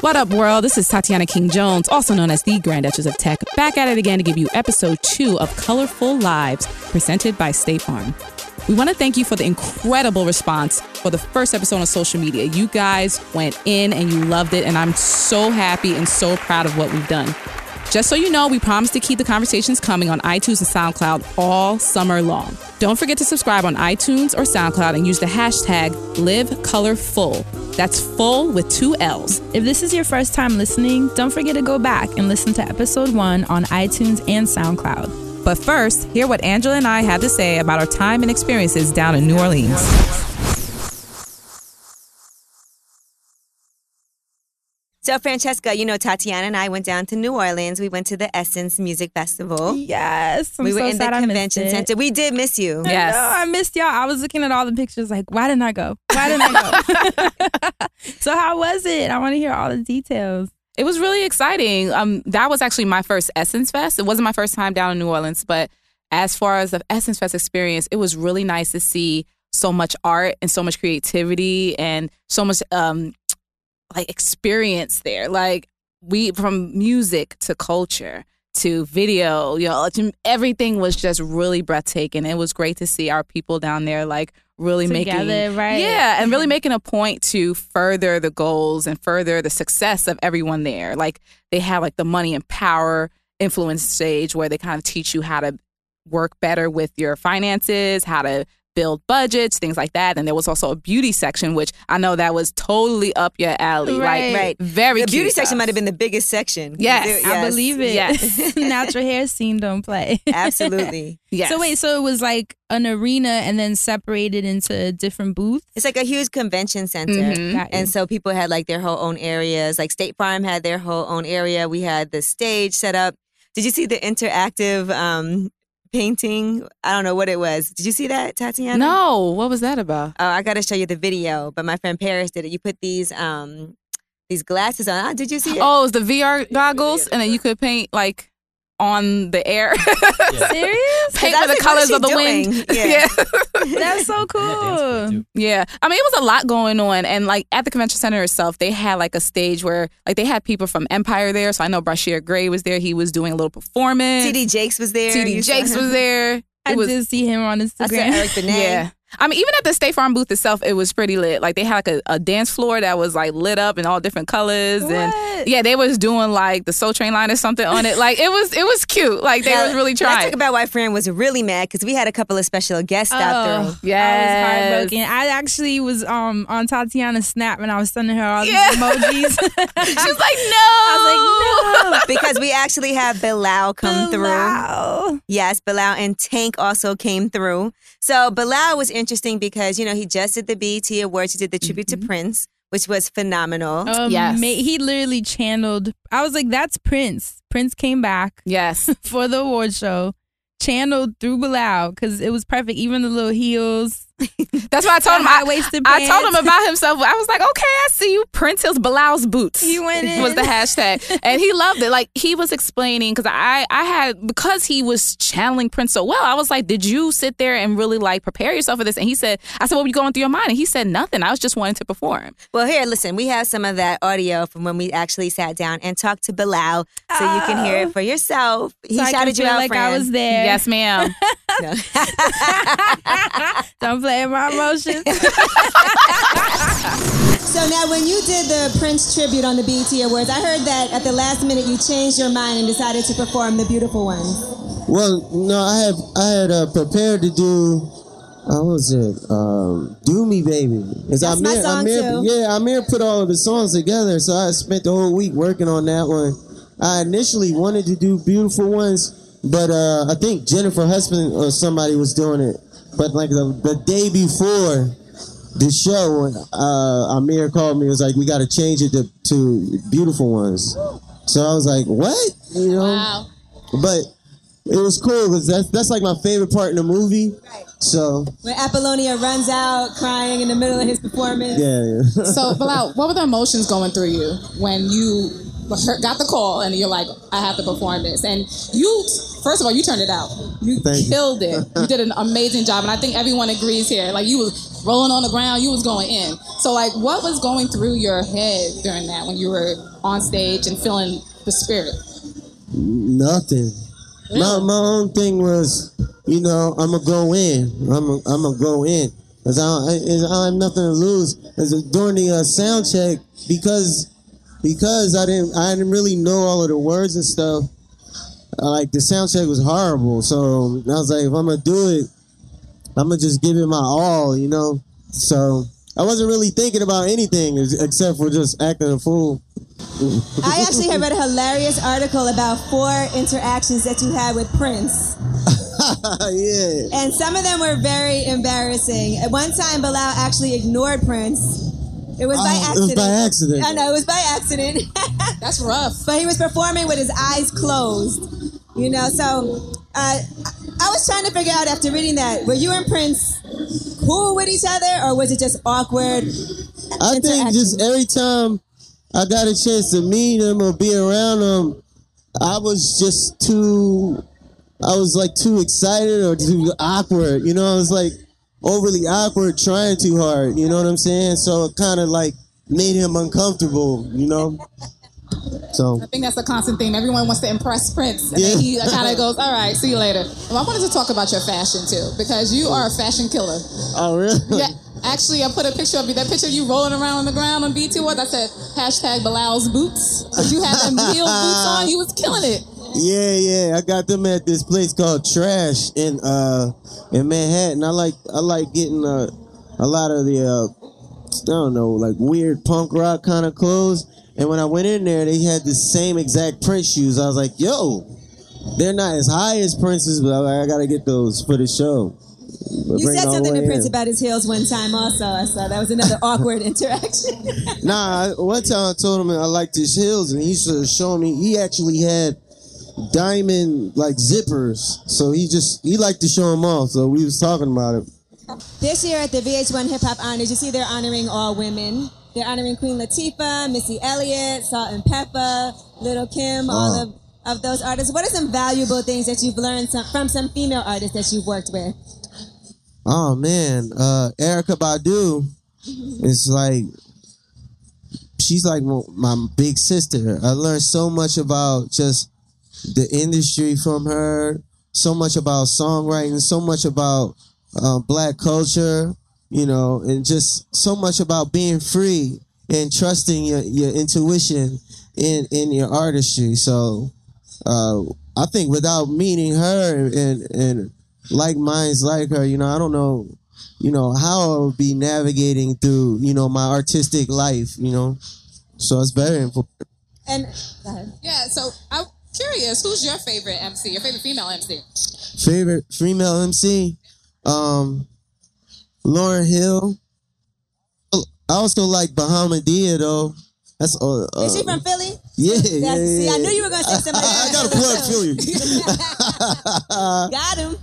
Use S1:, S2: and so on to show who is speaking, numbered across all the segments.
S1: What up, world? This is Tatiana King Jones, also known as the Grand Duchess of Tech, back at it again to give you episode two of Colorful Lives, presented by State Farm. We want to thank you for the incredible response for the first episode on social media. You guys went in and you loved it, and I'm so happy and so proud of what we've done. Just so you know, we promise to keep the conversations coming on iTunes and SoundCloud all summer long. Don't forget to subscribe on iTunes or SoundCloud and use the hashtag LiveColorFull. That's full with two L's.
S2: If this is your first time listening, don't forget to go back and listen to episode one on iTunes and SoundCloud.
S1: But first, hear what Angela and I had to say about our time and experiences down in New Orleans.
S3: So, Francesca, you know, Tatiana and I went down to New Orleans. We went to the Essence Music Festival.
S2: Yes, I'm
S3: we were
S2: so
S3: in the
S2: sad I missed
S3: convention
S2: it.
S3: center. We did miss you.
S1: Yes.
S2: No, I missed y'all. I was looking at all the pictures, like, why didn't I go? Why didn't I go? so how was it? I want to hear all the details.
S1: It was really exciting. Um, that was actually my first Essence Fest. It wasn't my first time down in New Orleans, but as far as the Essence Fest experience, it was really nice to see so much art and so much creativity and so much um, like experience there. Like we from music to culture to video, you know, to- everything was just really breathtaking. It was great to see our people down there like really making
S2: Together, right?
S1: yeah, and really
S3: Mm-hmm.
S1: making a point to further the goals and further the success of everyone there. Like they have like the money and power influence stage where they kind of teach you how to work better with your finances, how to build budgets, things like that. And there was also a beauty section, which I know that was totally up your alley.
S2: Right.
S1: Like
S3: Right.
S1: very
S3: the
S1: cute
S3: beauty section
S1: stuff.
S3: might have been the biggest section.
S1: Yes,
S3: There-
S2: I believe it.
S1: Yes.
S2: Natural hair scene don't play.
S3: Absolutely.
S1: Yes.
S2: So wait, so it was like an arena and then separated into different booths.
S3: It's like a huge convention center.
S1: Mhm.
S2: Got you.
S3: And so people had like their whole own areas. Like State Farm had their whole own area. We had the stage set up. Did you see the interactive um, painting? I don't know what it was. Did you see that, Tatiana?
S1: No, what was that about?
S3: Oh, I got to show you the video. But my friend Paris did it. You put these um, these glasses on. Ah, did you see it?
S1: Oh, it was the VR goggles, and then you could paint like on the air.
S2: Serious?
S1: paint
S3: I
S1: with the
S3: was like, what
S1: colors
S3: is she
S1: of the wind.
S3: doing? Yeah.
S2: That's so cool.
S1: Yeah. I mean, it was a lot going on. And like at the convention center itself, they had like a stage where like they had people from Empire there. So I know Brashear Gray was there. He was doing a little performance.
S3: TD Jakes was there.
S1: TD
S3: You saw
S1: Jakes
S3: him.
S1: was there.
S2: I
S1: It was
S2: did see him on
S3: I saw
S2: Instagram.
S3: Eric Benet.
S1: yeah. I mean, even at the State Farm booth itself, it was pretty lit. Like they had like a, a dance floor that was like lit up in all different colors, and
S2: What?
S1: yeah, they was doing like the Soul Train line or something on it. Like it was, it was cute. Like they
S3: Now,
S1: was really
S3: Let's
S1: trying.
S3: talk about why Fran was really mad because we had a couple of special guests
S1: Oh.
S3: out there.
S1: Yes.
S2: I was heartbroken. I actually was um on Tatiana's snap and I was sending her all these
S1: Yeah.
S2: emojis.
S1: She's like, no.
S2: I was like, no.
S3: because we actually have Bilal come through.
S2: Bilal.
S3: Yes, Bilal and Tank also came through. So Bilal was interesting because, you know, he just did the BET Awards. He did the tribute
S1: Mm-hmm.
S3: to Prince, which was phenomenal.
S2: Um,
S1: Yes.
S2: ma- he literally channeled. I was like, that's Prince. Prince came back
S1: Yes.
S2: for the award show, channeled through Bilal because it was perfect. Even the little heels.
S1: That's why I told him I,
S2: high-waisted
S1: I told him
S2: pants.
S1: about himself. I was like, okay, I see you. Prince Hill's blouse boots.
S2: He went in.
S1: was the hashtag, and he loved it. Like he was explaining because I I had because he was channeling Prince so well. I was like, did you sit there and really like prepare yourself for this? And he said, I said, what were you going through your mind? And he said, nothing. I was just wanting to perform.
S3: Well, here, listen, we have some of that audio from when we actually sat down and talked to Bilal so you can hear it for yourself. He
S2: Oh. So I can
S3: shouted you
S2: feel
S3: out,
S2: like
S3: Fran.
S2: I was there.
S1: Yes, ma'am.
S3: No.
S2: Don't play with my emotions.
S4: So now, when you did the Prince tribute on the
S3: E
S4: BET Awards, I heard that at the last minute you changed your mind and decided to perform "The Beautiful One."
S5: Well, no, I have I had uh, prepared to do. Uh, what was it? Um, do me, baby. Cause
S4: That's my song, too.
S5: Yeah, Amir put all of the songs together, so I spent the whole week working on that one. I initially wanted to do beautiful ones, but uh, I think Jennifer Husband or somebody was doing it. But like the, the day before the show, uh, Amir called me. and Was like, we got to change it to, to beautiful ones. So I was like, what? You know. But it was cool because that's that's like my favorite part in the movie. So
S4: When Apollonia runs out crying in the middle of his performance.
S5: yeah, yeah.
S6: So, Bilal, what were the emotions going through you when you heard- got the call and you're like, I have to perform this? And you, first of all, you turned it out. You
S5: Thank you.
S6: killed it. You did an amazing job. And I think everyone agrees here. Like, you was
S1: rolling on the ground. You was going in. So like, what was going through your head during that when you were on stage and feeling the spirit?
S5: Nothing. My, my own thing was, you know, I'm gonna go in. I'm I'm gonna go in. Cause I, don't- I, I don't have nothing to lose. 'Cause during the uh, sound check, because because I didn't I didn't really know all of the words and stuff. uh, Like the sound check was horrible, so I was like, if I'm gonna do it, I'm gonna just give it my all, you know. So I wasn't really thinking about anything ex- except for just acting a fool.
S3: I actually had read a hilarious article about four interactions that you had with Prince.
S5: yeah.
S3: And some of them were very embarrassing. At one time, Bilal actually ignored Prince. It was by
S5: Oh, it
S3: accident.
S5: was by accident.
S3: I know, it was by accident.
S1: That's rough.
S3: but he was performing with his eyes closed. You know, so uh, I I was trying to figure out after reading that were you and Prince cool with each other or was it just awkward?
S5: I think just every time I got a chance to meet him or be around him, I was just too, I was like too excited or too awkward. You know, I was like overly awkward, trying too hard. You know what I'm saying? So it kind of like made him uncomfortable. You know, so.
S1: I think that's a constant theme. Everyone wants to impress Prince, and then uh, he
S5: Yeah.
S1: kind of goes, "All right, see you later." Well, I wanted to talk about your fashion too, because you are a fashion killer.
S5: Oh really?
S1: Yeah, actually, I put a picture of you. That picture of you rolling around on the ground on BT Awards. I said hashtag Bilal's boots. 'Cause you had them heel boots on. You was killing it.
S5: Yeah, yeah. I got them at this place called Trash in uh in Manhattan. I like I like getting uh, a lot of the uh I don't know, like weird punk rock kind of clothes. And when I went in there, they had the same exact Prince shoes. I was like, yo, they're not as high as Prince's, but I, I gotta get those for the show.
S3: You said something to Prince about his heels one time also. I saw that was another awkward interaction.
S5: Nah, I- one time I told him I liked his heels, and he should have shown me. He actually had diamond like zippers, so he just he liked to show them off. So we was talking about it.
S3: This year at the VH1 Hip Hop Honors, you see they're honoring all women. They're honoring Queen Latifah, Missy Elliott, Salt and Pepper, Little Kim, all of, of those artists. What are some valuable things that you've learned some, from some female artists that you've worked with?
S5: Oh man, uh, Erica Badu is like she's like m- my big sister. I learned so much about just the industry from her, so much about songwriting, so much about uh, black culture, you know, and just so much about being free and trusting your, your intuition in in your artistry. So uh, I think without meeting her and and like minds like her, you know, I don't know, you know, how I would be navigating through, you know, my artistic life, you know. So it's very important.
S3: And go ahead.
S1: Yeah. So I'm curious, who's your favorite MC? Your favorite female MC?
S5: Favorite female MC, um, Lauren Hill. I also like Bahamadia though. That's uh, uh,
S3: is she from Philly?
S5: yeah, yeah,
S3: That's- see,
S5: yeah.
S3: I knew you were going to say somebody.
S5: I
S3: from
S5: got a plug
S3: too.
S5: for you.
S3: Got him.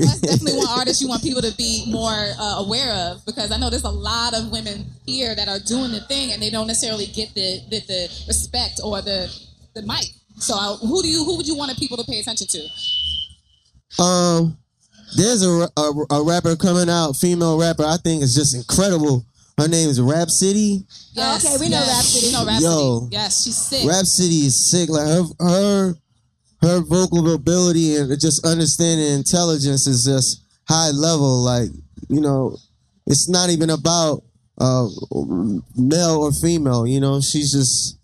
S1: That's definitely one artist you want people to be more uh, aware of because I know there's a lot of women here that are doing the thing and they don't necessarily get the the, the respect or the the mic. So
S7: uh,
S1: I, who do you who would you want people to pay attention to?
S5: Um, there's a, a, a rapper coming out, female rapper. I think is just incredible. Her name is Rap City.
S3: okay, we know Rhapsody.
S1: We know Rhapsody.
S5: Yo.
S1: Yes, she's sick.
S5: Rap City is sick. Like her, her, her vocal ability and just understanding intelligence is just high level. Like you know, it's not even about uh, male or female. You know, she's just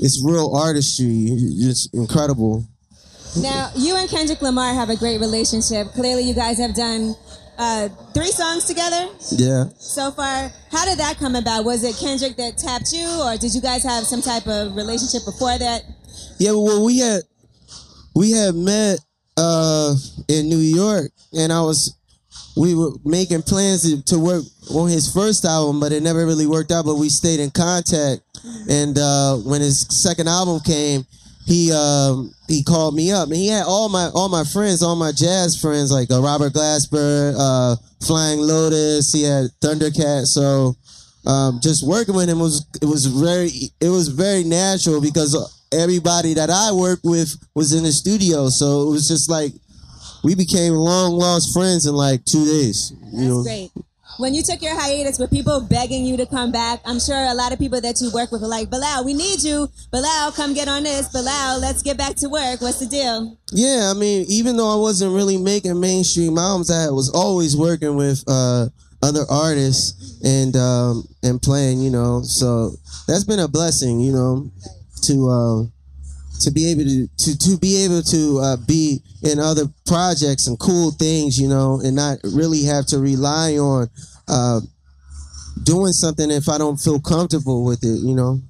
S5: it's real artistry. It's incredible.
S3: Now, you and Kendrick Lamar have a great relationship. Clearly, you guys have done uh, three songs together.
S5: Yeah.
S3: so far. How did that come about? Was it Kendrick that tapped you, or did you guys have some type of relationship before that?
S5: Yeah, well, we had we had met uh, in New York, and I was we were making plans to, to work on his first album, but it never really worked out. But we stayed in contact, and uh, when his second album came, he um, he called me up, and he had all my all my friends, all my jazz friends, like uh, Robert Glasper, uh, Flying Lotus. He had Thundercat, so um, just working with him was it was very it was very natural because everybody that I worked with was in the studio, so it was just like we became long lost friends in like two days. you know?
S3: Great.
S4: when you took your hiatus with people begging you to come back, I'm sure a lot of people that you work with were like, Bilal, we need you. Bilal, come get on this. Bilal, let's get back to work. What's the deal?
S5: Yeah, I mean, even though I wasn't really making mainstream albums, I was always working with uh, other artists and um, and playing, you know. So that's been a blessing, you know, to uh, to be able to to, to be able to uh, be in other projects and cool things, you know, and not really have to rely on uh, doing something if I don't feel comfortable with it, you know.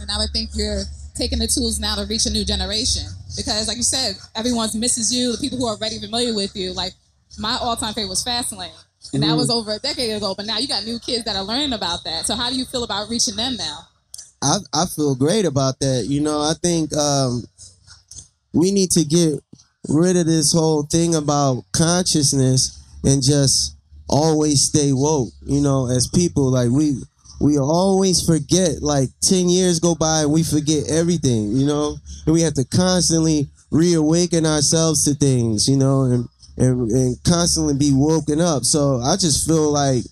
S7: And I would think you're taking the tools now to reach a new generation because, like you said, everyone's misses you. The people who are already familiar with you, like my all-time favorite was Fastlane, and that was over a decade ago. But now you got new kids that are learning about that. So how do you feel about reaching them now?
S5: I, I feel great about that. You know, I think um, we need to get rid of this whole thing about consciousness and just always stay woke. You know, as people, like we we always forget. Like ten years go by and we forget everything. You know, and we have to constantly reawaken ourselves to things. You know, and and, and constantly be woken up. So I just feel like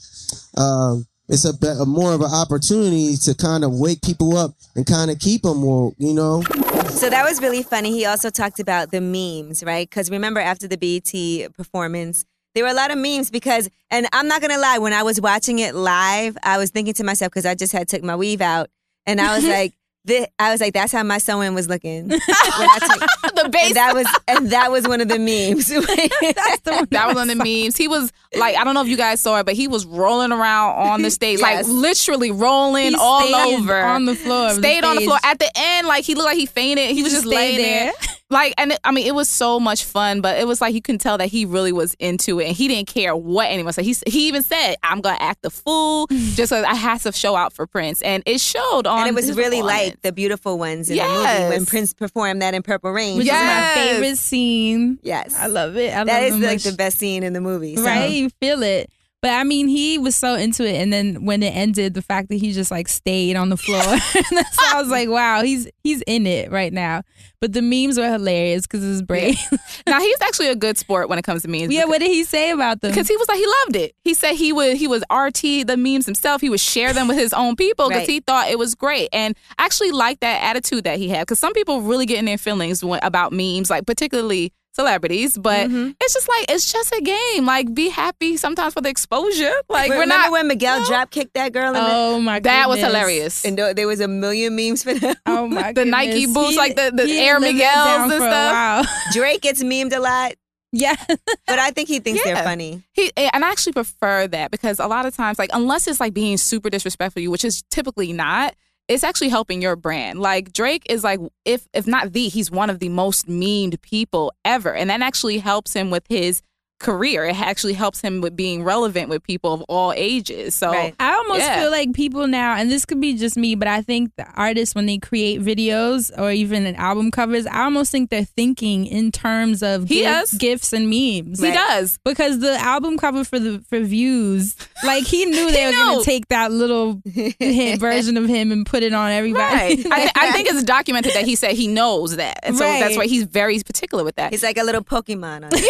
S5: um, it's a, be- a more of an opportunity to kind of wake people up and kind of keep them woke, you know?
S3: So that was really funny. He also talked about the memes, right? Because remember, after the BET performance, there were a lot of memes because, and I'm not gonna lie, when I was watching it live, I was thinking to myself because I just had took my weave out, and I was like, thi- I was like, that's how my sewing was looking. When I took-
S1: the
S3: and that was, and that was one of the memes.
S1: that was on the memes. He was like, I don't know if you guys saw it, but he was rolling around on the stage,
S3: Yes.
S1: like literally rolling
S2: He
S1: all
S2: stayed
S1: over
S2: on the floor. of
S1: stayed on the
S2: stage.
S1: floor at the end. Like he looked like he fainted. He, was
S2: just
S1: just laying
S2: stayed
S1: there.
S2: there.
S1: Like and it, I mean, it was so much fun, but it was like you can tell that he really was into it, and he didn't care what anyone said. He s- he even said, "I'm gonna act the fool," just so I has to show out for Prince, and it showed on.
S3: and it was
S1: his
S3: really
S1: performance.
S3: like the beautiful ones in the
S1: Yes.
S3: movie when Prince performed that in Purple Rain.
S2: which
S1: Yes.
S2: is my favorite scene.
S3: Yes,
S2: I love it. I
S3: that
S2: love
S3: is
S2: it
S3: like
S2: much.
S3: the best scene in the movie. so-
S2: Right, you feel it. But I mean, he was so into it, and then when it ended, the fact that he just like stayed on the floor, that's I was like, wow, he's he's in it right now. But the memes were hilarious because his brain. Yeah.
S1: now he's actually a good sport when it comes to memes.
S2: what did he say about them?
S1: Because he was like he loved it. He said he would he was RT the memes himself. He would share them with his own people because
S3: Right.
S1: he thought it was great. And I actually like that attitude that he had because some people really get in their feelings when, about memes, like particularly celebrities. But
S3: Mm-hmm.
S1: it's just like it's just a game. Like be happy sometimes for the exposure. Like
S3: But
S1: we're
S3: remember
S1: not.
S3: when Miguel drop kicked that girl, in the,
S2: oh my,
S1: that was
S2: goodness.
S1: hilarious.
S3: and there there was a million memes for that.
S2: Oh my,
S1: The Nike
S2: goodness.
S1: boots, like the- the
S2: he
S1: Air
S2: lived it
S1: Miguels
S2: down
S1: and
S2: for a
S1: stuff.
S2: while.
S3: Drake gets memed a lot,
S2: yeah,
S3: but I think he thinks
S1: Yeah.
S3: they're funny.
S1: He and I actually prefer that because a lot of times, like unless it's like being super disrespectful to you, which is typically not, it's actually helping your brand. Like Drake is like if if not the, he's one of the most memed people ever, and that actually helps him with his career. It actually helps him with being relevant with people of all ages. So
S3: Right.
S2: I almost
S1: Yeah.
S2: feel like people now, and this could be just me, but I think the artists when they create videos or even an album covers, I almost think they're thinking in terms of
S1: He
S2: gif-
S1: is.
S2: gifts and memes.
S1: he does.
S2: Because the album cover for the for views, like he knew they
S1: He
S2: were gonna
S1: knew.
S2: take that little hit version of him and put it on
S1: Right. I,
S2: everybody.
S1: thi- I think it's documented that he said he knows that. And so that's
S2: Right.
S1: why he's very particular with that.
S3: He's like a little Pokemon. On it.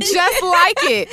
S1: Just like it.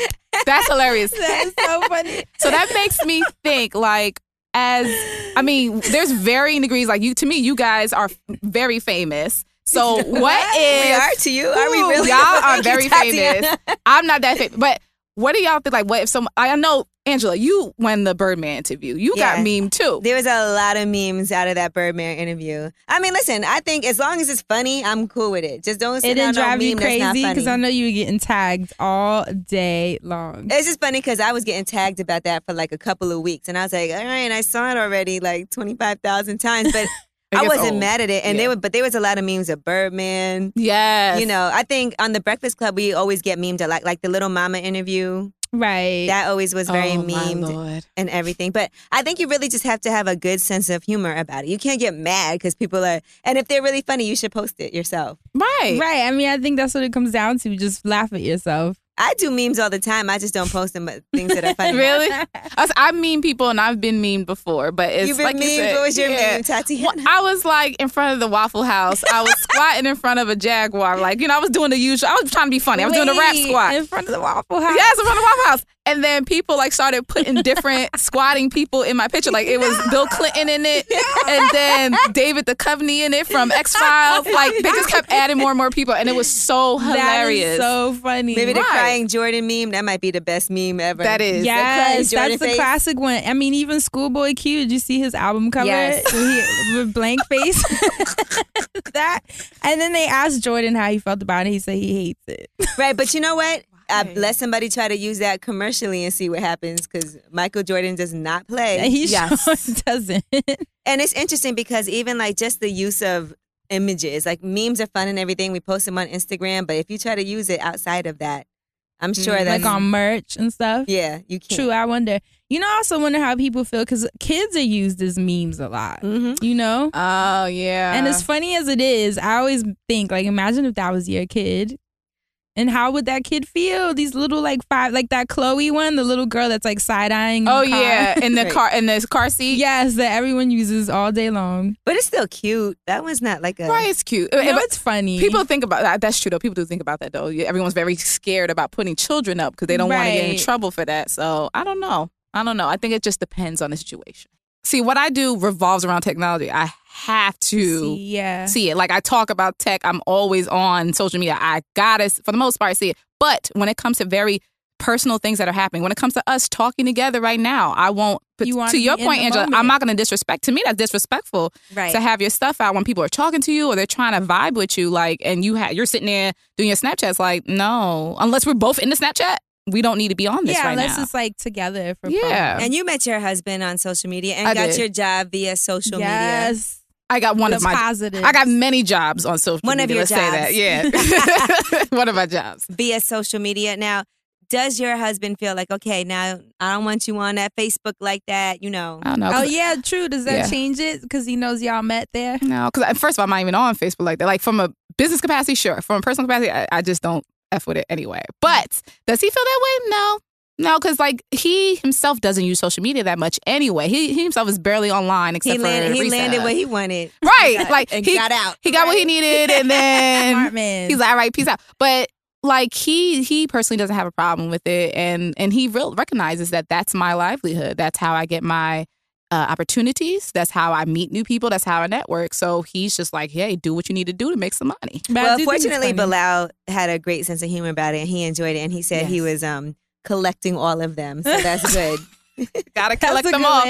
S1: That's hilarious.
S2: That's so funny.
S1: So that makes me think like as I mean, there's varying degrees. Like you to me, you guys are very famous. So what is
S3: we are to you? Are we
S1: Ooh,
S3: really?
S1: Y'all are
S3: Thank you,
S1: very
S3: Tatiana.
S1: famous. I'm not that famous. But what do y'all think? Like what if some I know Angela, you when the Birdman interview, you got
S3: Yeah.
S1: meme too.
S3: There was a lot of memes out of that Birdman interview. I mean, listen, I think as long as it's funny, I'm cool with it. Just don't sit
S2: It didn't
S3: down on
S2: drive
S3: a
S2: you
S3: meme that's
S2: crazy
S3: not
S2: because
S3: funny.
S2: I know you were getting tagged all day long.
S3: it's just funny because I was getting tagged about that for like a couple of weeks, and I was like, all right, I saw it already like twenty five thousand times, but I
S1: gets
S3: wasn't
S1: old.
S3: mad at it. And
S1: Yeah.
S3: there were, but there was a lot of memes of Birdman.
S1: Yes.
S3: You know, I think on the Breakfast Club we always get memed a lot, like the Little Mama interview.
S2: Right.
S3: That always was very
S1: oh,
S3: memed.
S1: My Lord.
S3: and everything. But I think you really just have to have a good sense of humor about it. You can't get mad because people are, and if they're really funny, you should post it yourself.
S1: Right.
S2: Right. I mean, I think that's what it comes down to. Just laugh at yourself.
S3: I do memes all the time. I just don't post them, but things that are funny.
S1: Really? Us- I mean people and I've been memed before, but it's
S3: You've been
S1: like you
S3: memed?
S1: said,
S3: What was your
S1: yeah.
S3: meme, Tatiana?
S1: Well, I was like in front of the Waffle House. I was squatting in front of a Jaguar. Like, you know, I was doing the usual. I was trying to be funny. I was doing a rap
S2: Wait,
S1: squat.
S2: in front of the Waffle House.
S1: Yes, in front of the Waffle House. And then people like started putting different squatting people in my picture. Like it was Bill Clinton in it, and then David Duchovny in it from X Files. Like they just kept adding more and more people, and it was so
S2: That
S1: hilarious.
S2: is so funny.
S3: Maybe the
S1: Right.
S3: crying Jordan meme. That might be the best meme ever.
S1: That is.
S2: Yes,
S3: The crying Jordan
S2: that's the
S3: face.
S2: classic one. I mean, even Schoolboy Q. Did you see his album cover?
S3: Yes.
S2: He- with blank face. that, and then they asked Jordan how he felt about it. He said he hates it.
S3: Right, but you know what? Uh, let somebody try to use that commercially and see what happens because Michael Jordan does not play.
S2: And he
S1: Yes.
S2: sure doesn't.
S3: and it's interesting because even like just the use of images, like memes are fun and everything. We post them on Instagram, but if you try to use it outside of that, I'm sure
S1: Mm,
S3: that's
S2: like
S1: um,
S2: on merch and stuff.
S3: yeah, you can't.
S2: True. I wonder. You know, I also wonder how people feel because kids are used as memes a lot.
S3: Mm-hmm.
S2: You know,
S1: Oh yeah.
S2: and as funny as it is, I always think like, imagine if that was your kid. And how would that kid feel? These little like five, like that Chloe one, the little girl that's like side eyeing.
S1: oh yeah, in the
S3: Right.
S1: car in the car seat.
S2: yes, that everyone uses all day long.
S3: But it's still cute. That one's not like a
S1: Right, it's cute.
S2: You know,
S1: But
S2: it's funny.
S1: People think about that. That's true, though. People do think about that, though. Yeah, Everyone's very scared about putting children up because they don't want to get in
S2: Right.
S1: trouble for that. So I don't know. I don't know. I think it just depends on the situation. See, what I do revolves around technology. I have to see,
S2: See, yeah.
S1: it. Like I talk about tech. I'm always on social media. I gotta, for the most part, see it. But when it comes to very personal things that are happening, when it comes to us talking together right now, I won't. But
S2: You wanna
S1: to your
S2: be in
S1: point,
S2: the
S1: Angela, I'm
S2: moment.
S1: not going to disrespect. To me, that's disrespectful
S3: right.
S1: to have your stuff out when people are talking to you or they're trying to vibe with you like and you ha- you're sitting there doing your snapchats like no unless we're both in the snapchat we don't need to be on this
S2: yeah,
S1: right
S2: unless
S1: now
S2: it's like together for
S1: yeah
S3: and you met your husband on social media and
S1: I
S3: got
S1: did.
S3: your job via social
S2: fun.
S3: media.
S2: Yes.
S1: i got one of
S2: the
S1: my
S2: positives.
S1: i got many jobs on social
S3: One of
S1: media
S3: your
S1: let's say that yeah one of my jobs
S3: via social media. Now, does your husband feel like, okay, now I don't want you on that Facebook like that, you know?
S1: i don't know
S2: Oh
S1: 'cause-
S2: yeah, true. Does that
S1: Yeah.
S2: change it? Because he knows y'all met there.
S1: no because first of all i'm not even on facebook like that like from a business capacity sure from a personal capacity i, I just don't f with it anyway but does he feel that way no no, because like he himself doesn't use social media that much anyway. He, he himself is barely online except
S3: He, landed,
S1: for
S3: he
S1: Risa.
S3: landed what he wanted.
S1: Right.
S3: got-
S1: like
S3: and
S1: he
S3: got out.
S1: He got what he needed and
S2: Smart
S1: then
S2: man.
S1: he's like, all right, peace out. But like he he personally doesn't have a problem with it and and he real recognizes that that's my livelihood. That's how I get my uh, opportunities. That's how I meet new people. That's how I network. So he's just like, hey, do what you need to do to make some money.
S2: But I
S3: Well,
S2: do think it's
S3: fortunately,
S2: funny.
S3: Bilal had a great sense of humor about it and he enjoyed it. And he said he
S1: Yes.
S3: was um, collecting all of them. So that's good.
S1: Gotta collect
S2: a
S1: them
S2: good
S1: all.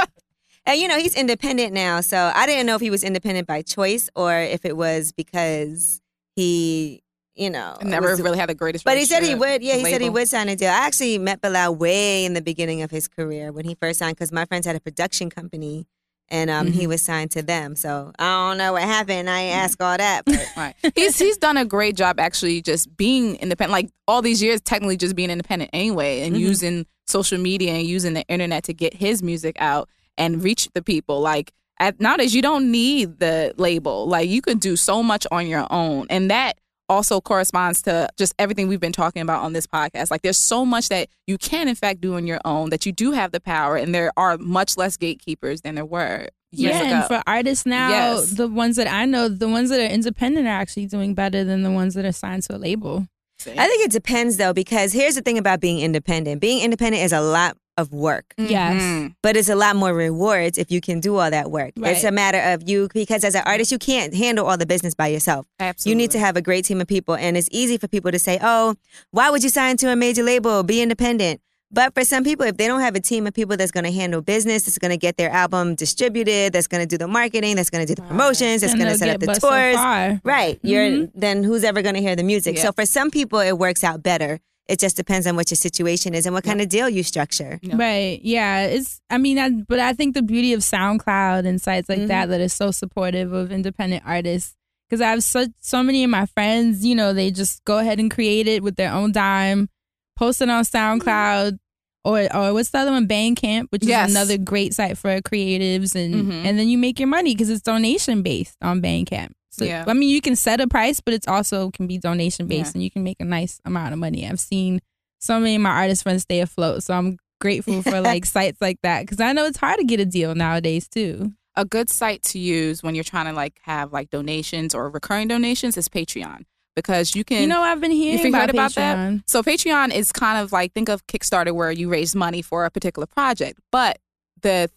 S2: way.
S3: and you know, he's independent now. So I didn't know if he was independent by choice or if it was because he, you know,
S1: I never
S3: was-
S1: really had the greatest
S3: But he said he
S1: relationship
S3: would. Yeah, he said he
S1: label.
S3: would sign a deal. I actually met Bilal way in the beginning of his career when he first signed because my friends had a production company and um, he was signed to them. So I don't know what happened. I ain't ask all that. But
S1: Right. He's he's done a great job actually just being independent. Like all these years technically just being independent anyway
S2: Mm-hmm.
S1: and using social media and using the internet to get his music out and reach the people. Like at, nowadays you don't need the label. Like you could do so much on your own. And that also corresponds to just everything we've been talking about on this podcast. Like there's so much that you can in fact do on your own that you do have the power and there are much less gatekeepers than there were years
S2: Yeah,
S1: ago.
S2: and for artists now,
S1: Yes.
S2: the ones that I know, the ones that are independent are actually doing better than the ones that are signed to a label.
S3: I think it depends though, because here's the thing about being independent being independent is a lot of work.
S1: Mm-hmm.
S2: Yes.
S3: But it's a lot more rewards if you can do all that work.
S2: Right.
S3: It's a matter of you, because as an artist, you can't handle all the business by yourself.
S1: Absolutely.
S3: You need to have a great team of people. And it's easy for people to say, oh, why would you sign to a major label? Be independent. But for some people, if they don't have a team of people that's going to handle business, that's going to get their album distributed, that's going to do the marketing, that's going to do the promotions, that's
S2: And
S3: going to
S2: they'll
S3: set
S2: get
S3: up
S2: but
S3: the tours.
S2: so far.
S3: Right. You're then who's ever going to hear the music?
S1: Mm-hmm. Yeah.
S3: So for some people, it works out better. It just depends on what your situation is and what kind of deal you structure.
S1: Yeah.
S2: Right. Yeah. It's. I mean, I, but I think the beauty of SoundCloud and sites like
S1: Mm-hmm.
S2: that that is so supportive of independent artists because I have such so many of my friends. You know, they just go ahead and create it with their own dime, post it on SoundCloud. Or, or what's the other one? Bandcamp, which is
S1: Yes.
S2: another great site for creatives, and
S1: Mhm.
S2: and then you make your money because it's donation based on Bandcamp. So
S1: Yeah.
S2: I mean, you can set a price, but it's also can be donation based,
S1: Yeah.
S2: and you can make a nice amount of money. I've seen so many of my artist friends stay afloat. So I'm grateful for like sites like that because I know it's hard to get a deal nowadays too.
S1: a good site to use when you're trying to like have like donations or recurring donations is Patreon. because you can
S2: You know, I've been hearing
S1: if you
S2: about,
S1: heard about
S2: Patreon.
S1: that so patreon is kind of like think of kickstarter where you raise money for a particular project but the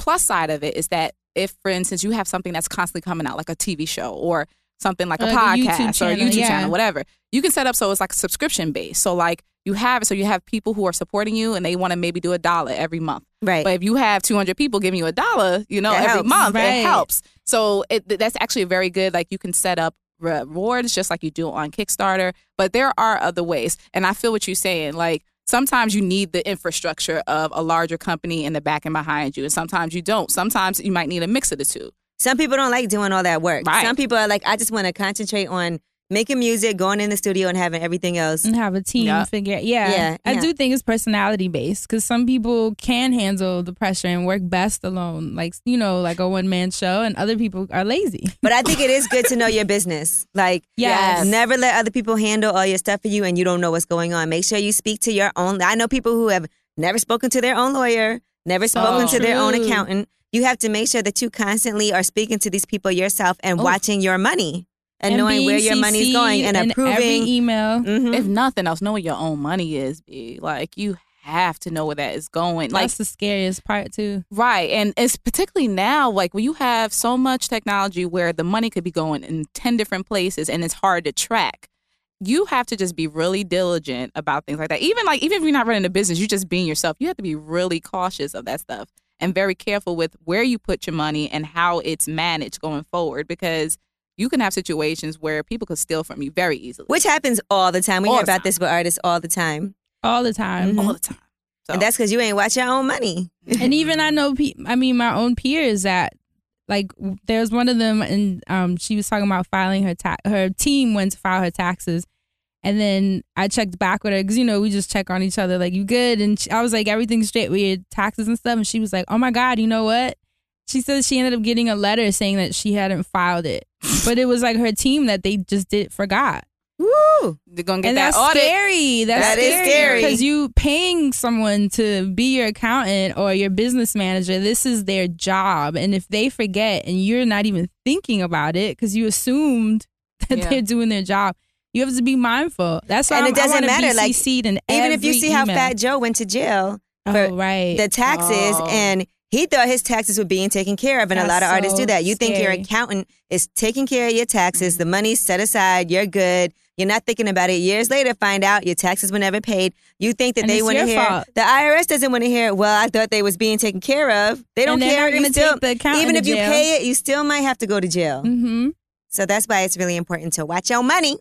S1: plus side of it is that if for instance you have something that's constantly coming out like a tv show or something like,
S2: Or
S1: a
S2: like a YouTube
S1: podcast or a
S2: channel,
S1: youtube
S2: yeah.
S1: channel whatever you can set up so it's like subscription based so like you have so you have people who are supporting you and they want to maybe do a dollar every month
S3: Right.
S1: but if you have 200 people giving you a dollar, you know,
S3: It
S1: every
S3: helps.
S1: month,
S2: Right.
S1: it helps. So it, th- that's actually a very good. Like you can set up rewards just like you do on Kickstarter, but there are other ways. And I feel what you're saying. Like sometimes you need the infrastructure of a larger company in the back and behind you, and sometimes you don't. Sometimes you might need a mix of the two.
S3: Some people don't like doing all that work.
S1: Right.
S3: Some people are like, I just want to concentrate on making music, going in the studio, and having everything else.
S2: and have a team
S1: Yeah.
S2: figure. Yeah,
S3: Yeah,
S2: I
S3: yeah.
S2: do think it's personality based because some people can handle the pressure and work best alone, like you know, like a one man show, and other people are lazy.
S3: But I think it is good to know your business. Like,
S2: Yes.
S3: never let other people handle all your stuff for you and you don't know what's going on. Make sure you speak to your own. I know people who have never spoken to their own lawyer, never spoken to their own
S2: true.
S3: accountant. You have to make sure that you constantly are speaking to these people yourself and watching your money and, knowing
S2: being
S3: where your money's going
S2: CC'd
S3: and
S2: in every e-
S3: approving.
S2: email.
S3: Mhm.
S1: If nothing else, know where your own money is. B. Like you have to know where that is going. Like
S2: That's the scariest part too.
S1: Right. And it's particularly now, like when you have so much technology where the money could be going in 10 different places and it's hard to track. You have to just be really diligent about things like that. Even like even if you're not running a business, you're just being yourself. You have to be really cautious of that stuff and very careful with where you put your money and how it's managed going forward because you can have situations where people could steal from you very easily.
S3: Which happens all the time. We
S1: All
S3: hear
S1: the
S3: about
S1: time.
S3: this with artists all the time.
S2: All the time,
S1: all the time. So
S3: And that's because you ain't watch your own money.
S2: and even I know, pe- I mean, my own peers that like w- there was one of them, and um, she was talking about filing her ta- her team went to file her taxes, and then I checked back with her because you know we just check on each other like you good, and she, I was like everything's straight with your taxes and stuff, and she was like, oh my god, you know what? She says she ended up getting a letter saying that she hadn't filed it, but it was like her team that they just did forgot
S3: Woo!
S1: they're gonna get
S2: and
S1: that
S2: that's
S1: audit.
S2: scary. That's
S3: That is scary.
S2: because you paying someone to be your accountant or your business manager. This is their job, and if they forget and you're not even thinking about it because you assumed that
S1: Yeah.
S2: they're doing their job, you have to be mindful. That's why
S3: And
S2: I'm,
S3: it doesn't
S2: I wanna
S3: matter,
S2: Be
S3: like,
S2: CC'd in
S3: Even if you
S2: every
S3: see how
S2: email.
S3: Fat Joe went to jail
S2: oh, right.
S3: the taxes
S1: Oh.
S3: and he thought his taxes were being taken care of and a
S2: That's
S3: lot of artists
S2: so
S3: do that you think your
S2: scary.
S3: accountant is taking care of your taxes the money's set aside you're good you're not thinking about it years later find out your taxes were never paid you think that
S2: And
S3: they
S2: it's
S3: want to
S2: your
S3: hear
S2: fault.
S3: the irs doesn't want to hear well i thought they was being taken care of they don't
S2: And they're
S3: care
S2: not
S3: you
S2: gonna
S3: still
S2: take the accountant
S3: even
S2: to
S3: if you
S2: jail.
S3: pay it you still might have to go to jail
S2: hmm
S3: so that's why it's really important to watch your money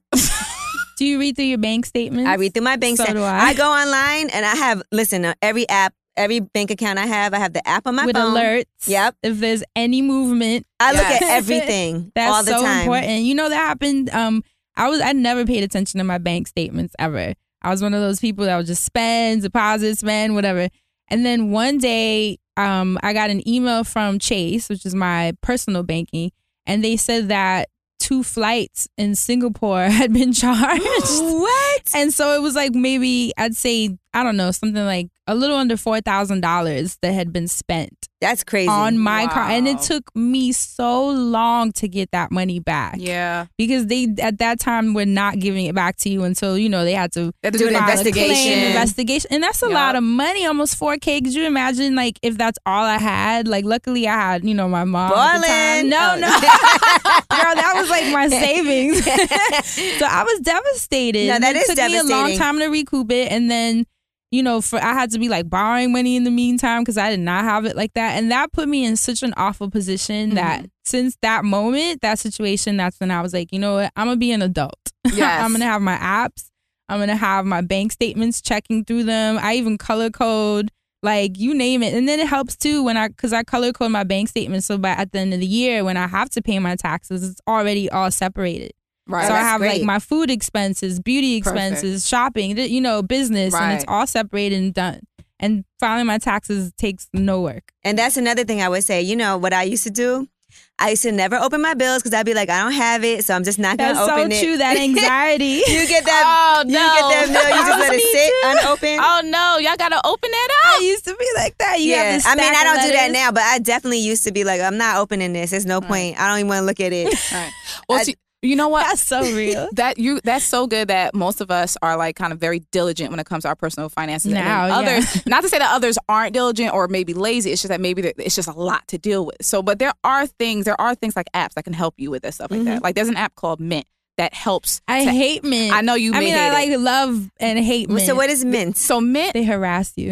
S2: Do you read through your bank statements?
S3: I read through my bank
S2: So
S3: statement.
S2: do I.
S3: go online and I have listen uh, every app, every bank account I have. I have the app on my
S2: with
S3: phone.
S2: alerts.
S3: Yep.
S2: If there's any movement,
S3: I look at
S2: Yes.
S3: everything
S2: That's
S3: all the
S2: so
S3: time.
S2: important. You know that happened. Um, I was I never paid attention to my bank statements ever. I was one of those people that would just spend, deposit, spend, whatever. And then one day, um, I got an email from Chase, which is my personal banking, and they said that two flights in Singapore had been charged.
S3: What?
S2: And so it was like maybe I'd say I don't know something like a little under four thousand dollars that had been spent
S3: That's crazy.
S2: on my car and it
S1: Wow.
S2: took me so long to get that money back
S1: yeah.
S2: because they at that time were not giving it back to you until you know they had to
S1: They have to
S3: Do an
S1: file a claim,
S3: investigation.
S2: investigation and that's a
S1: Yup.
S2: lot of money almost 4k could you imagine like if that's all i had like luckily i had you know my mom at the time.
S3: Ballin'.
S2: no
S3: Oh.
S2: no girl that was like my savings so i was devastated
S3: No,
S2: And
S3: that
S2: it
S3: is
S2: took me a long
S3: devastating.
S2: time to recoup it and then you know for i had to be like borrowing money in the meantime because i did not have it like that and that put me in such an awful position
S3: Mm-hmm.
S2: that since that moment that situation that's when i was like you know what i'm gonna be an adult
S1: Yes.
S2: i'm gonna have my apps i'm gonna have my bank statements checking through them i even color code like you name it and then it helps too when i because i color code my bank statements so by at the end of the year when i have to pay my taxes it's already all separated
S1: Right.
S2: so I
S3: that's
S2: have like
S3: great.
S2: my food expenses, beauty expenses, shopping, th- you know, business, and it's
S1: Right.
S2: all separated and done. And filing my taxes takes no work.
S3: And that's another thing I would say. You know what I used to do? I used to never open my bills because I'd be like, I don't have it, so I'm just not gonna
S2: That's so
S3: open it.
S2: true. That anxiety.
S3: You get that?
S1: Oh,
S3: You
S1: no.
S3: get that bill? You just let it sit unopened.
S1: Oh no, y'all gotta open
S2: I
S1: that up.
S2: used to be like that. You
S3: yeah,
S2: have this
S3: I mean, I
S2: stack of
S3: don't do that
S2: letters.
S3: now, but I definitely used to be like, I'm not opening this. There's no point. I don't even want to look at it.
S1: All right. Well,
S3: I-
S1: see, You know what?
S2: That's so real.
S1: that you that's so good that most of us are like kind of very diligent when it comes to our personal finances. And then
S2: Now, yeah.
S1: others, not to say that others aren't diligent or maybe lazy. It's just that maybe there- it's just a lot to deal with. So, but there are things, there are things like apps that can help you with this stuff like that.
S3: Mm-hmm.
S1: Like there's an app called Mint that helps.
S2: I
S1: to-
S2: hate men.
S1: I know you
S2: I
S1: may
S2: mean,
S1: hate
S2: I like
S1: it.
S2: love and hate men.
S3: So what is Um, mint?
S1: So Mint
S2: They harass you.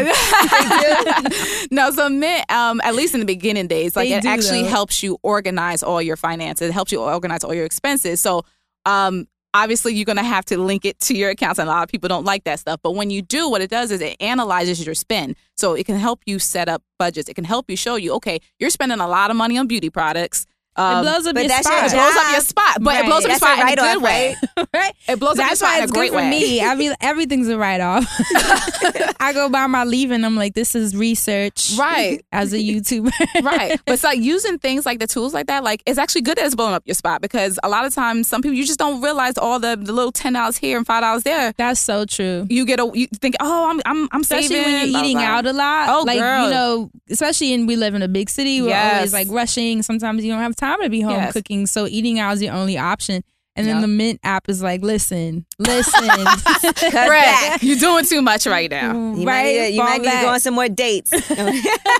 S1: no, so Mint, um, at least in the beginning days, like
S2: They
S1: it
S2: do,
S1: actually
S2: though.
S1: helps you organize all your finances. It helps you organize all your expenses. So, um, obviously, you're gonna have to link it to your accounts, and a lot of people don't like that stuff. But when you do, what it does is it analyzes your spend, so it can help you set up budgets. It can help you show you, okay, you're spending a lot of money on beauty products.
S2: it
S1: Um,
S2: blows up
S3: but
S2: your
S3: that's your
S2: spot.
S1: it blows up
S3: job.
S1: your spot, but it
S2: Right.
S1: blows up your
S3: That's
S1: spot in
S3: a
S1: a
S3: write-off,
S1: good way.
S2: right?
S1: It blows up your
S2: That's
S1: spot
S2: why
S1: in a
S2: it's
S1: great
S2: good for
S1: way.
S2: me. I mean, everything's a write off. I go by my leave and I'm like, this is research,
S1: Right.
S2: As a YouTuber,
S1: right. But it's like using things like the tools like that, like it's actually good that it's blowing up your spot because a lot of times some people you just don't realize all the, the little ten dollars here and five dollars there.
S2: That's so true.
S1: You get a you think, oh, I'm I'm I'm
S2: Especially
S1: saving.
S2: when
S1: blah,
S2: you're eating
S1: blah.
S2: out a lot.
S1: Oh,
S2: like
S1: girl.
S2: you know, especially in we live in a big city. We're
S1: Yes.
S2: always like rushing. Sometimes you don't have time to be home
S1: Yes.
S2: cooking, so eating out is your only option. And then
S1: Yep.
S2: the Mint app is like, listen, listen,
S3: Cut back.
S1: Brett, you're doing too much right now.
S3: You might,
S2: right?
S3: need, to- you
S2: Fall
S3: might need to
S2: back.
S3: go on some more dates.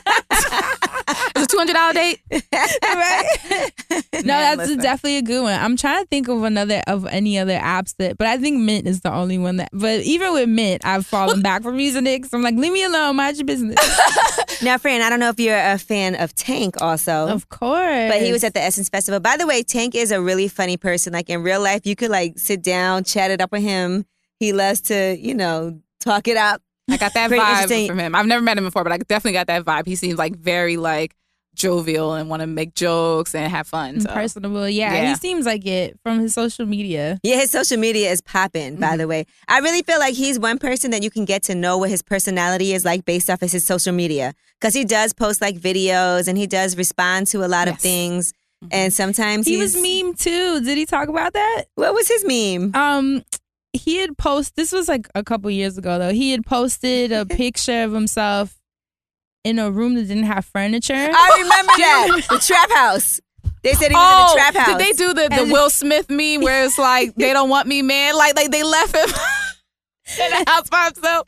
S1: It's a two hundred dollar date.
S2: right? no,
S3: Man,
S2: that's
S3: listen.
S2: definitely a good one. I'm trying to think of another of any other apps that, but I think Mint is the only one that. But even with Mint, I've fallen back from using it because I'm like, leave me alone, mind your business.
S3: now, Fran, I don't know if you're a fan of Tank also.
S2: of course,
S3: Oh. But he was at the Essence Festival. By the way, Tank is a really funny person. Like in real life, you could like sit down, chat it up with him. He loves to, you know, talk it up.
S1: I got that
S3: Pretty
S1: vibe
S3: interesting.
S1: from him. I've never met him before, but I definitely got that vibe. He seems like very like jovial and want to make jokes and have fun. So.
S2: personable. Yeah,
S1: Yeah.
S2: he seems like it from his social media.
S3: Yeah, his social media is popping,
S1: Mm-hmm.
S3: by the way. I really feel like he's one person that you can get to know what his personality is like based off of his social media. Because he does post like videos and he does respond to a lot of
S1: Yes. Mm-hmm.
S3: things. And sometimes
S2: He
S3: he's,
S2: was meme too. Did he talk about that?
S3: What was his
S1: Oh.
S3: meme?
S2: Um. He had post. This was like a couple years ago, though. He had posted a picture of himself in a room that didn't have furniture.
S3: I remember that. the trap house. They said he
S1: Oh,
S3: was in the trap
S1: did
S3: house.
S1: they do the, the
S2: And-
S1: Will Smith meme where it's like they don't want me, man? Like like they left him in the house by himself.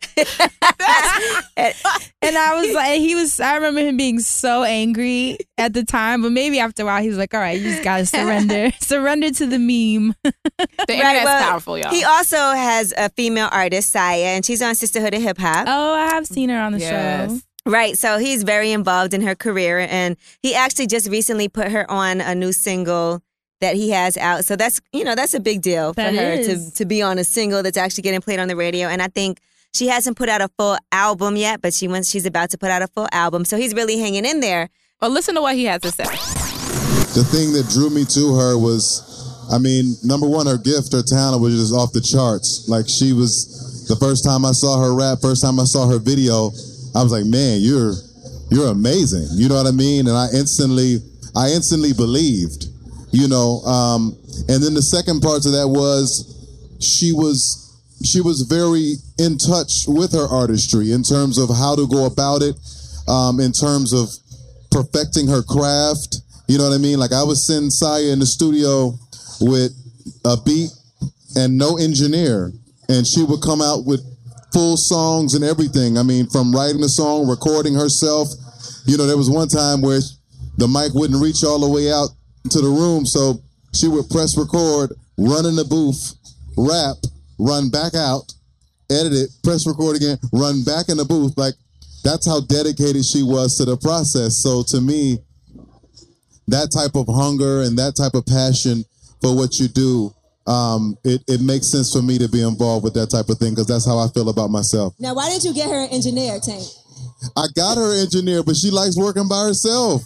S2: And I was like, he was, I remember him being so angry at the time, but maybe after a while he was like, all right, you just gotta surrender. surrender to the meme.
S1: The internet's
S3: well,
S1: powerful, y'all.
S3: He also has a female artist, Saya, and she's on Sisterhood of Hip Hop.
S2: Oh, I have seen her on the show.
S1: Yes.
S3: Right. So he's very involved in her career. And he actually just recently put her on a new single that he has out. So that's, you know, that's a big deal
S2: That
S3: for her
S2: is.
S3: to, to be on a single that's actually getting played on the radio. And I think she hasn't put out a full album yet, but she wants, she's about to put out a full album. So he's really hanging in there.
S1: But listen to what he has to say.
S8: the thing that drew me to her was, I mean, number one, her gift, her talent was just off the charts. Like she was, the first time I saw her rap, first time I saw her video, I was like, man, you're, you're amazing. You know what I mean? And I instantly, I instantly believed, you know. Um, and then the second part to that was, she was she was very in touch with her artistry in terms of how to go about it, um, in terms of perfecting her craft. You know what I mean? Like I was sending Saya in the studio with a beat and no engineer, and she would come out with full songs and everything. I mean, from writing the song, recording herself. You know, there was one time where the mic wouldn't reach all the way out to the room, so she would press record, run in the booth, rap, run back out, edit it, press record again, run back in the booth. Like that's how dedicated she was to the process. So to me, that type of hunger and that type of passion for what you do, um, it, it makes sense for me to be involved with that type of thing because that's how I feel about myself.
S4: Now, why didn't you get her an engineer, Tank?
S8: I got her engineer, but she likes working by herself.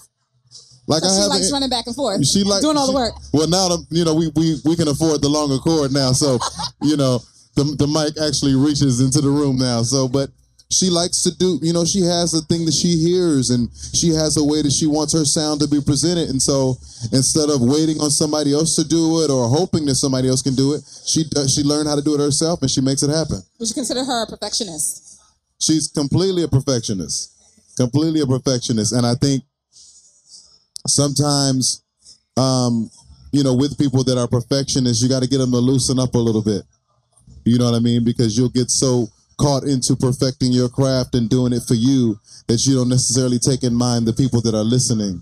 S8: Like I
S7: She
S8: have
S7: likes
S8: a-
S7: running back and forth.
S8: she like
S7: doing all the
S8: she-
S7: work.
S8: Well, now the, you know we, we we can afford the longer cord now, so you know the the mic actually reaches into the room now. So, but she likes to do. You know, she has a thing that she hears, and she has a way that she wants her sound to be presented. And so, instead of waiting on somebody else to do it or hoping that somebody else can do it, she uh, she learned how to do it herself, and she makes it happen.
S7: Would you consider her a perfectionist?
S8: She's completely a perfectionist. Completely a perfectionist. And I think sometimes um, you know, with people that are perfectionists, you got to get them to loosen up a little bit. You know what I mean? Because you'll get so caught into perfecting your craft and doing it for you that you don't necessarily take in mind the people that are listening.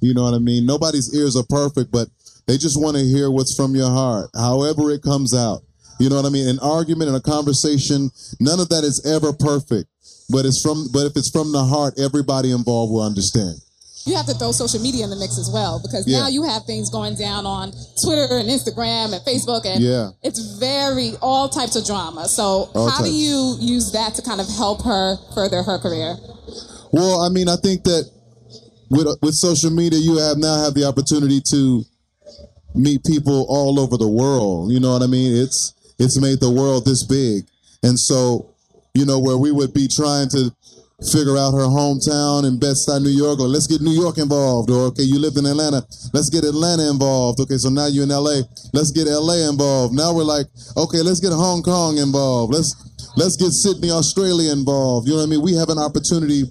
S8: You know what I mean? Nobody's ears are perfect, but they just want to hear what's from your heart, however it comes out. You know what I mean? An argument and a conversation, none of that is ever perfect. But it's from but if it's from the heart, everybody involved will understand.
S7: you have to throw social media in the mix as well because
S8: Yeah.
S7: now you have things going down on Twitter and Instagram and Facebook and
S8: Yeah.
S7: it's very all types of drama. So
S8: All
S7: how do
S8: types.
S7: you use that to kind of help her further her career?
S8: Well, I mean, I think that with with social media, you have now have the opportunity to meet people all over the world. You know what I mean? It's it's made the world this big, and so you know where we would be trying to figure out her hometown in Bed-Stuy, New York, or let's get New York involved, or okay, you lived in Atlanta, let's get Atlanta involved. Okay, so now you're in LA, let's get LA involved. Now we're like, okay, let's get Hong Kong involved. Let's let's get Sydney, Australia involved. You know what I mean? We have an opportunity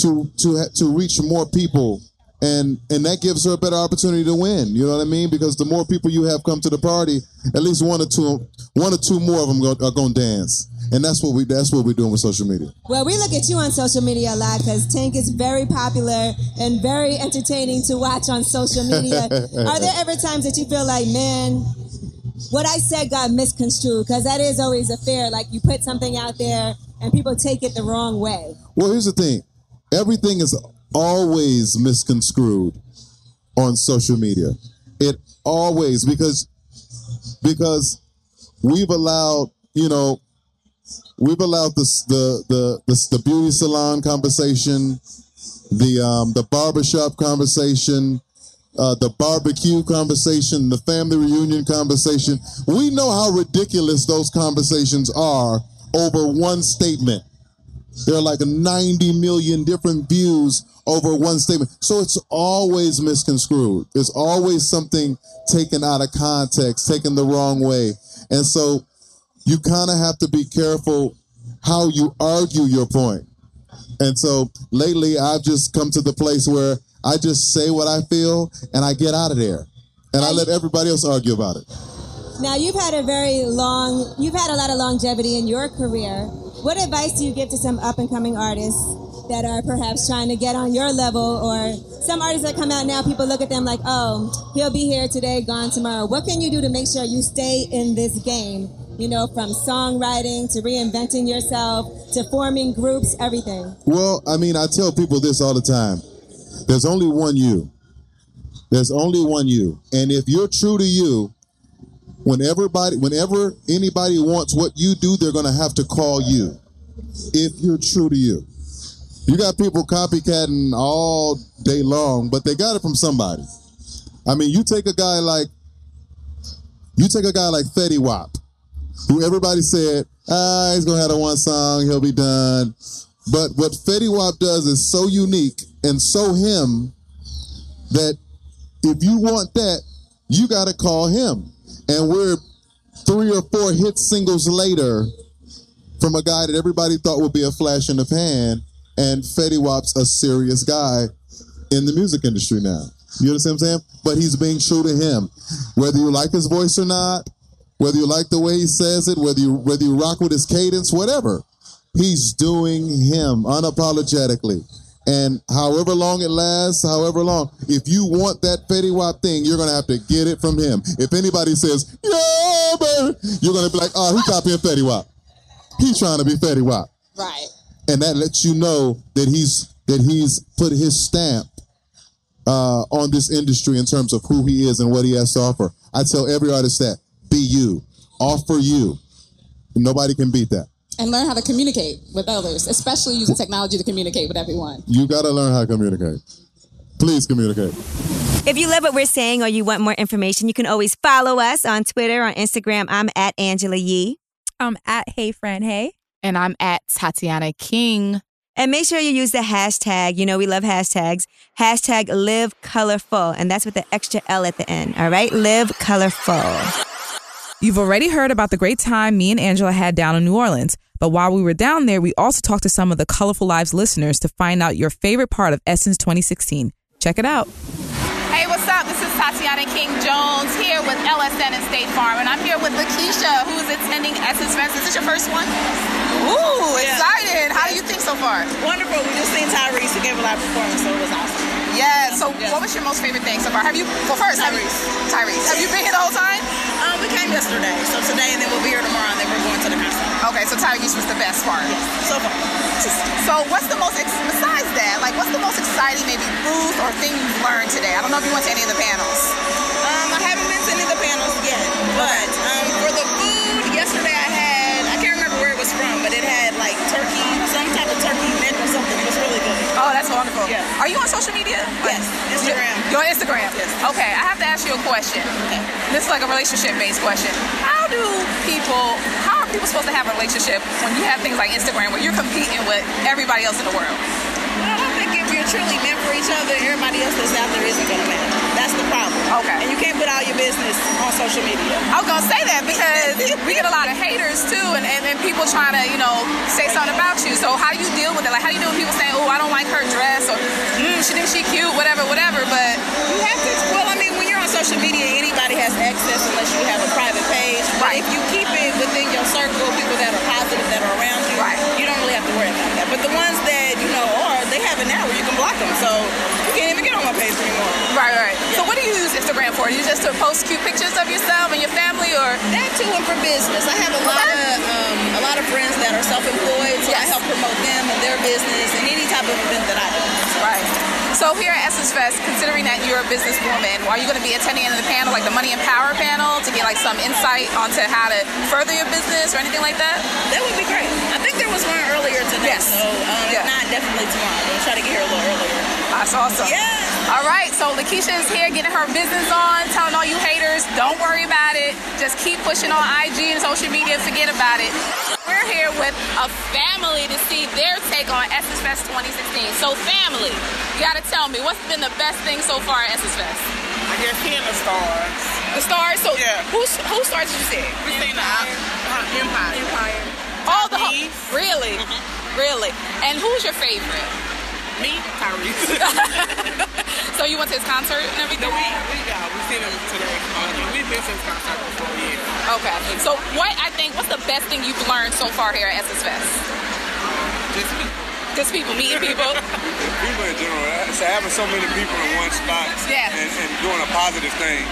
S8: to to ha- to reach more people and and that gives her a better opportunity to win you know what i mean because the more people you have come to the party at least one or two one or two more of them go, are going to dance and that's what we that's what we're doing with social media
S4: Well, we look at you on social media a lot because Tank is very popular and very entertaining to watch on social media. Are there ever times that you feel like, man, what I said got misconstrued? Because that is always a fear. Like you put something out there and people take it the wrong way.
S8: Well, here's the thing. Everything is always misconstrued on social media. It always because because we've allowed, you know, we've allowed this the the the, the beauty salon conversation, the um the barbershop conversation, uh, the barbecue conversation, the family reunion conversation. We know how ridiculous those conversations are over one statement. There are like 90 million different views over one statement. So it's always misconstrued. There's always something taken out of context, taken the wrong way. And so you kind of have to be careful how you argue your point. And so lately, I've just come to the place where I just say what I feel and I get out of there. And I let everybody else argue about it.
S4: Now, you've had a very long, you've had a lot of longevity in your career. What advice do you give to some up and coming artists that are perhaps trying to get on your level or some artists that come out now, people look at them like, oh, he'll be here today, gone tomorrow. What can you do to make sure you stay in this game? You know, from songwriting to reinventing yourself to forming groups, everything.
S8: Well, I mean, I tell people this all the time. There's only one you. There's only one you. And if you're true to you, when everybody whenever anybody wants what you do, they're gonna have to call you. If you're true to you. You got people copycatting all day long, but they got it from somebody. I mean, you take a guy like you take a guy like Fetty Wap, who everybody said, ah, he's gonna have a one song, he'll be done. But what Fetty Wap does is so unique and so him that if you want that, you got to call him. And we're three or four hit singles later from a guy that everybody thought would be a flash in the pan, and Fetty Wap's a serious guy in the music industry now. You understand what I'm saying? But he's being true to him. Whether you like his voice or not, whether you like the way he says it, whether you whether you rock with his cadence, whatever, he's doing him unapologetically. And however long it lasts, however long, if you want that Fetty Wap thing, you're gonna have to get it from him. If anybody says, "Yeah, baby," you're gonna be like, "Oh, he copying Fetty Wap. He's trying to be Fetty Wap."
S7: Right.
S8: and that lets you know that he's that he's put his stamp uh, on this industry in terms of who he is and what he has to offer. I tell every artist that: be you, offer you. Nobody can beat that.
S7: And learn how to communicate with others, especially using technology to communicate with everyone.
S8: You got to learn how to communicate. Please communicate.
S3: If you love what we're saying or you want more information, you can always follow us on Twitter, on Instagram. I'm at Angela Yee.
S2: I'm at Hey Friend Hey.
S1: And I'm at Tatiana King.
S3: And make sure you use the hashtag. You know, we love hashtags. Hashtag live colorful. And that's with the extra L at the end. All right? Live colorful.
S9: You've already heard about the great time me and Angela had down in New Orleans, but while we were down there, we also talked to some of the Colorful Lives listeners to find out your favorite part of Essence 2016. Check it out.
S1: Hey, what's up? This is Tatiana King Jones here with LSN and State Farm, and I'm here with Lakeisha, who is attending Essence Fest. Is this your first one? Ooh, excited! How do you think so far?
S10: Wonderful. We just seen Tyrese who gave a live performance, so it was awesome.
S1: Yeah. So,
S10: Yeah.
S1: what was your most favorite thing so far? Have you? Well, first, have you-
S10: Tyrese.
S1: Tyrese. Have you been here the whole time?
S10: Um, we came yesterday, so today, and then we'll be here tomorrow, and then we're going to the concert.
S1: Okay, so Tyrese was the best part.
S10: So far, just
S1: So, what's the most ex- besides that? Like, what's the most exciting maybe booth or thing you learned today? I don't know if you went to any of the panels.
S10: Um, I haven't been to any of the panels yet, but um, for the food, yesterday I had, I can't remember where it was from, but it had like turkey, some type of turkey neck or something. It was really good.
S1: Oh, that's wonderful.
S10: Yeah.
S1: Are you on social media?
S10: Yes, Instagram.
S1: Your Instagram.
S10: Yes.
S1: Okay, I have to ask you a question.
S10: Okay.
S1: This is like a relationship-based question. How do people? How are people supposed to have a relationship when you have things like Instagram where you're competing with everybody else in the world?
S10: I don't think if you're truly meant for each other, everybody else that's out there isn't going to matter. That's the problem.
S1: Okay.
S10: And you can't put all your business on social media.
S1: I was gonna say that because we get a lot of haters too, and, and, and people trying to you know say something about you. So how do you deal with it? Like how do you deal with people saying, "Oh, I don't like her dress," or mm, "She thinks she cute," whatever, whatever. But
S10: You have to, well, I mean, when you're on social media, anybody has access unless you have a private page. But
S1: Right.
S10: if you keep it within your circle, people that are positive, that are around you,
S1: Right.
S10: you don't really have to worry about that. But the ones that, you know, are, they have an hour, you can block them. So you can't even get on my page anymore.
S1: Right, right. So what do you use Instagram for? You just to post cute pictures of yourself and your family, or
S10: That too, and for business, I have a lot of um, a lot of friends that are self-employed, so I
S1: Yes.
S10: help promote them and their business and any type of event that I do.
S1: right. So here at Essence Fest, considering that you're a businesswoman, are you going to be attending any of the panel, like the Money and Power panel, to get like some insight onto how to further your business or anything like that?
S10: That would be great. I think there was one earlier today,
S1: Yes.
S10: so um,
S1: Yeah.
S10: if not, definitely tomorrow. We'll try to get here a little earlier.
S1: That's awesome.
S10: Yeah.
S1: All right. So Lakeisha is here getting her business on, telling all you haters, don't worry about it. Just keep pushing on IG and social media. Forget about it. We're here with a family to see their take on Essence Fest 2016. So family, you gotta tell me what's been the best thing so far at Essence Fest?
S11: I guess he and the stars.
S1: The stars. So
S11: Yeah.
S1: who who stars did you see?
S11: We seen the uh, Empire. Empire.
S1: All the whole,
S11: Tyrese.
S1: really, really. And who's your favorite?
S11: Me, Tyrese.
S1: So you went to his concert and
S11: no,
S1: everything.
S11: we we got we seen him today. Uh, We've been since concert for four years.
S1: Okay. So what I think what's the best thing you've learned so far here at Essence Fest?
S11: Um, Just people.
S1: Just people meeting people.
S12: People in general, uh, so having so many people in one spot
S1: Yes.
S12: and, and doing a positive thing.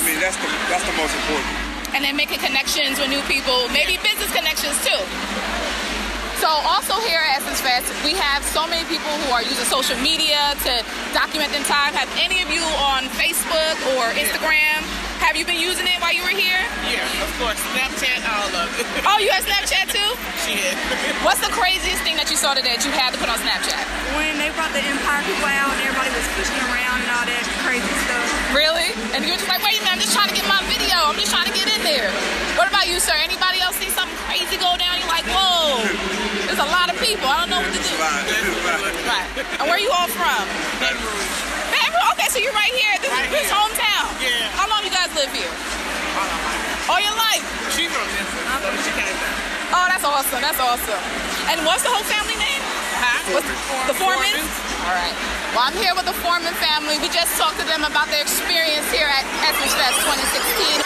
S12: I mean that's the that's the most important.
S1: and then making connections with new people, maybe business connections too. So also here at Essence Fest, we have so many people who are using social media to document their time. Have any of you on Facebook or Instagram? Have you been using it while you were here?
S11: Yeah, of course. Snapchat, all of it.
S1: Oh, you have Snapchat too?
S11: Shit.
S1: What's the craziest thing that you saw today that you had to put on Snapchat?
S13: when they brought the Empire people out and everybody was pushing around and all that crazy stuff.
S1: Really? And you were just like, wait a minute, I'm just trying to get my video. I'm just trying to get in there. What about you, sir? Anybody else see something crazy go down? You're like, whoa, there's a lot of people. I don't know what to do.
S12: Fine. Fine.
S1: Right. And where you all from? Baton Rouge. Okay, so you're right here. This
S11: Right
S1: is his
S11: here.
S1: hometown.
S11: Yeah.
S1: How long you guys live here? All your life.
S11: She from Memphis, so she came back.
S1: Oh, that's awesome. That's awesome. And what's the whole family name?
S11: Huh?
S1: What's- the Foreman. All right. Well, I'm here with the Foreman family. We just talked to them about their experience here at Essence Fest 2016.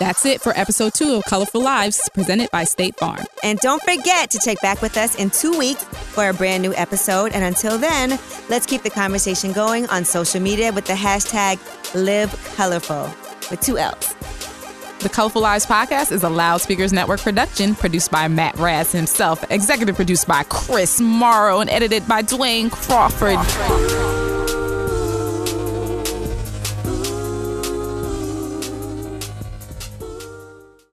S9: That's it for episode two of Colorful Lives, presented by State Farm.
S3: And don't forget to check back with us in two weeks for a brand new episode. And until then, let's keep the conversation going on social media with the hashtag LiveColorful with two L's.
S9: The Colorful Lives podcast is a Loudspeakers Network production produced by Matt Raz himself, executive produced by Chris Morrow, and edited by Dwayne Crawford.